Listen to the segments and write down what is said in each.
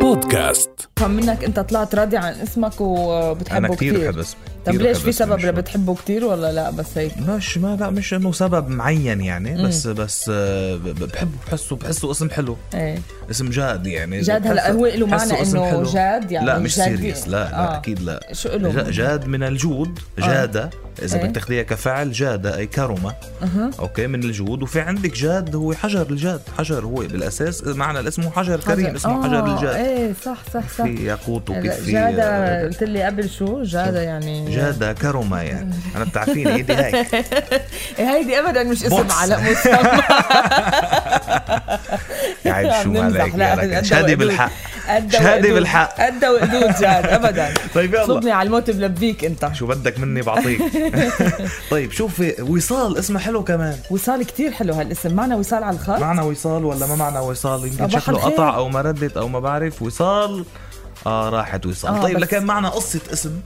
بودكاست منك انت طلعت راضي عن اسمك وبتحبه انا كثير بحب كثير اسمي طب كتير ليش بحب في اسمي سبب مشهور. لبتحبه كثير ولا لا بس هيك مش ما لا مش انه سبب معين يعني بس بس آه، ب- ب- بحبه بحسه بحسه اسم حلو ايه اسم جاد يعني جاد هلا بحسه- هو له معنى بحسه اسم إنه حلو. جاد يعني لا مش جاد- سيريس لا, لا آه. اكيد لا شو إله؟ آه. ج- جاد من الجود جاده اذا إيه. بدك تاخذيها كفعل جاده اي كرمه اوكي من الجود وفي عندك جاد هو حجر الجاد حجر هو بالاساس معنى الاسم هو حجر كريم اسمه حجر الجاد ايه صح صح صح في ياقوت هلا وكفي جادة آه، قلت لي قبل شو جادة يعني جاده كرمه يعني انا بتعرفيني ايدي هيك إيه هيدي ابدا مش اسم بوكس. على مسمى يا عيب شو عم نمزح. عليك لا، يا لك. قد شادي وقدود. بالحق قد شهادة وقدود. بالحق. قد وقدود جاد ابدا طيب يلا صبني على الموت بلبيك انت شو بدك مني بعطيك طيب شوفي وصال اسمه حلو كمان وصال كثير حلو هالاسم معنا وصال على الخط معنا وصال ولا ما معنا وصال يمكن صباح شكله الخير. قطع او ما ردت او ما بعرف وصال اه راحت وصال آه، آه طيب بس- لكن معنا قصه اسم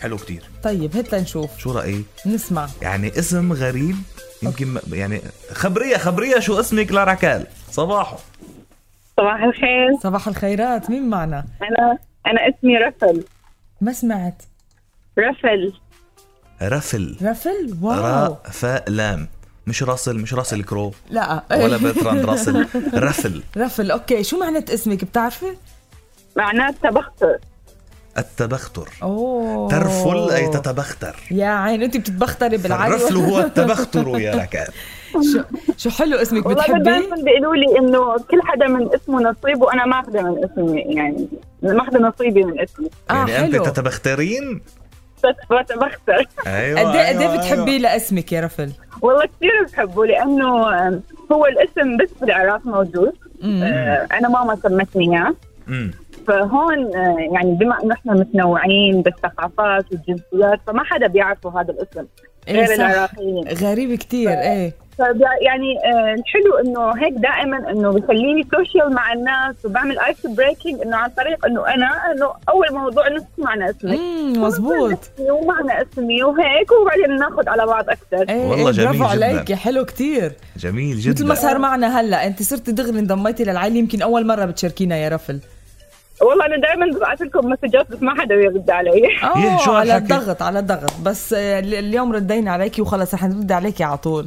حلو كتير طيب هات لنشوف شو رايك نسمع يعني اسم غريب يمكن ما- يعني خبريه خبريه شو اسمك لركال صباحو صباح الخير صباح الخيرات مين معنا انا انا اسمي رفل ما سمعت رفل رفل رفل واو راء فاء لام مش راسل مش راسل كرو لا ولا برتراند راسل رفل رفل اوكي شو معنى اسمك بتعرفي معناه التبختر التبختر اوه ترفل اي تتبختر يا عين انت بتتبختري بالعالي الرفل هو التبختر يا ركال شو, شو حلو اسمك والله بتحبيه دائما بيقولوا لي انه كل حدا من اسمه نصيب وانا ماخذه من اسمي يعني ماخذه نصيبي من اسمي اه يعني انت حلو قد تتبخترين بس بتبختر ايوه ايه قد أيوة، ايه بتحبيه لاسمك يا رفل والله كثير بحبه لانه آم، هو الاسم بس بالعراق موجود امم آه، انا ماما سمتني اياه أيوة. أمم. فهون آه، يعني بما انه احنا متنوعين بالثقافات والجنسيات فما حدا بيعرفوا هذا الاسم ايه غير صح العراقيين غريب كتير ايه فبيع- يعني آه، الحلو انه هيك دائما انه بخليني سوشيال مع الناس وبعمل ايس بريكنج انه عن طريق انه انا انه اول موضوع نحكي معنى اسمك امم مزبوط اسمي ومعنى اسمي وهيك وبعدين ناخذ على بعض اكثر ايه والله إيه، جميل برافو جداً. عليك حلو كتير جميل مثل ما جدا صار معنا هلا انت صرتي دغري انضميتي للعائله يمكن اول مره بتشاركينا يا رفل والله انا دائما ببعث لكم مسجات بس ما حدا بيرد علي يه، اه شو على هالحكي؟ الضغط على الضغط بس آه، ال- اليوم ردينا عليكي وخلص رح نرد عليكي على طول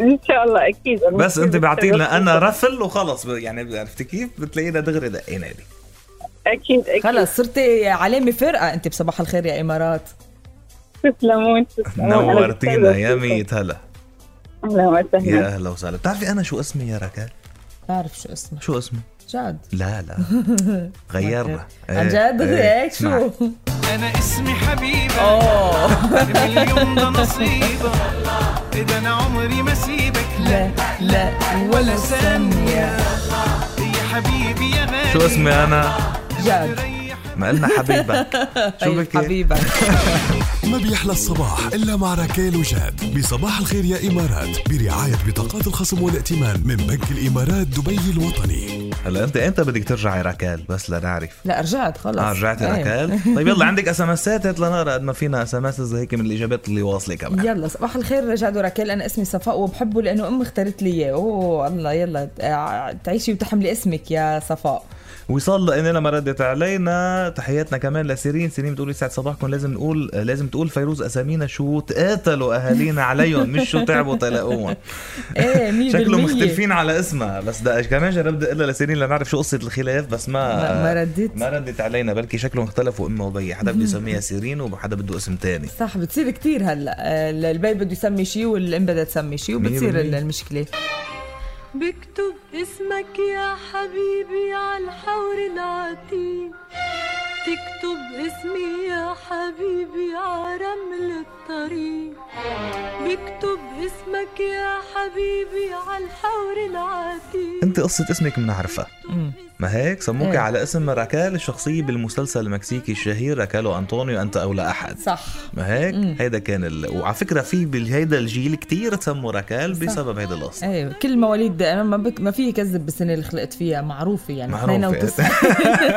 ان شاء الله اكيد أنا بس كثير انت بعتينا مستغربة. انا رفل وخلص يعني عرفتي كيف بتلاقينا دغري إيه دقينا لي اكيد اكيد خلص صرتي علامه فرقه انت بصباح الخير يا امارات تسلمون تسلمون أنا نورتينا مستغربة يا فيكم. ميت هلا اهلا يا وسهلا اهلا وسهلا بتعرفي انا شو اسمي يا ركال بعرف شو اسمه شو اسمي جاد لا لا غيرنا عن إيه، جد إيه. هيك اسمعي. شو انا اسمي حبيبه اوه اليوم ده نصيبه ده انا عمري ما سيبك لا لا لا ولا ثانيه يا حبيبي يا غالي شو اسمي انا جاد ما قلنا حبيبك شو طيب بكير حبيبك ما بيحلى الصباح إلا مع ركيل وجاد بصباح الخير يا إمارات برعاية بطاقات الخصم والائتمان من بنك الإمارات دبي الوطني هلا انت امتى بدك ترجعي ركال بس لنعرف لا رجعت خلص اه رجعتي إيه. ركال طيب يلا عندك اس ام اسات هات لنقرا قد ما فينا اس ام اس هيك من الاجابات اللي واصله كمان يلا صباح الخير جاد وراكيل انا اسمي صفاء وبحبه لانه امي اختارت لي اياه اوه الله يلا آه، تعيشي وتحملي اسمك يا صفاء وصال لان لما ردت علينا تحياتنا كمان لسيرين سيرين بتقول يسعد صباحكم لازم نقول لازم تقول فيروز اسامينا شو تقاتلوا اهالينا عليهم مش شو تعبوا تلاقوهم ايه 100% شكله مختلفين على اسمها بس ده كمان جربت اقول لسيرين لنعرف شو قصه الخلاف بس ما ما- ما ردت. ما ردت علينا بلكي شكلهم اختلفوا امه وبي حدا بده يسميها سيرين وحدا بده اسم تاني صح بتصير كتير هلا آه، البي بده يسمي شيء والام بدها تسمي شيء وبتصير 100%. المشكله بكتب اسمك يا حبيبي على الحور العتيق تكتب اسمي يا حبيبي على رمل الطريق بكتب اسمك يا حبيبي على الحور العتيق انت قصه اسمك بنعرفها مم. ما هيك سموك إيه. على اسم راكال الشخصية بالمسلسل المكسيكي الشهير راكالو أنطونيو أنت أو لا أحد صح ما هيك هيدا كان ال... وعلى فكرة في بهيدا الجيل كتير تسموا راكال صح. بسبب هيدا الأصل ايوه كل مواليد انا ما, بك... ما في كذب بالسنه اللي خلقت فيها معروفه يعني معروفة. 92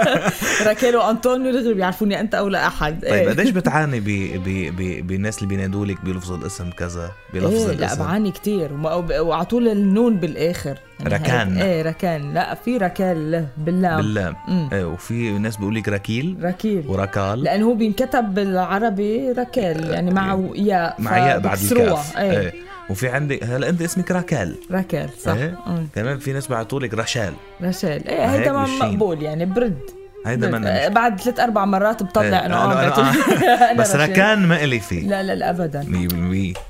راكيل وانطونيو دغري بيعرفوني انت او لا احد طيب إيه. قديش بتعاني ب... ب... ب... بالناس اللي بينادوا لك بلفظ الاسم كذا بلفظ ايه لا الاسم بعاني كتير وما- وب- وعلى طول النون بالاخر ركان ايه ركان لا في ركال بالله باللام أمم. إيه، وفي ناس بيقول لك ركيل ركيل وركال لانه هو بينكتب بالعربي ركال يعني مع و- ياء إيه. مع ياء بعد فبكسروها. الكاف ايه إيه. وفي عندي هلا انت اسمك ركال ركال صح إيه. أمم. تمام في ناس بعتوا لك رشال رشال ايه هيك هيدا ما بالشين. مقبول يعني برد هيدا برد. منا مش- بعد ثلاث اربع مرات بطلع إيه، انه اه أنا- بعتولي- أنا- أنا بس رشال. ركان مقلي فيه لا لا لا ابدا 100%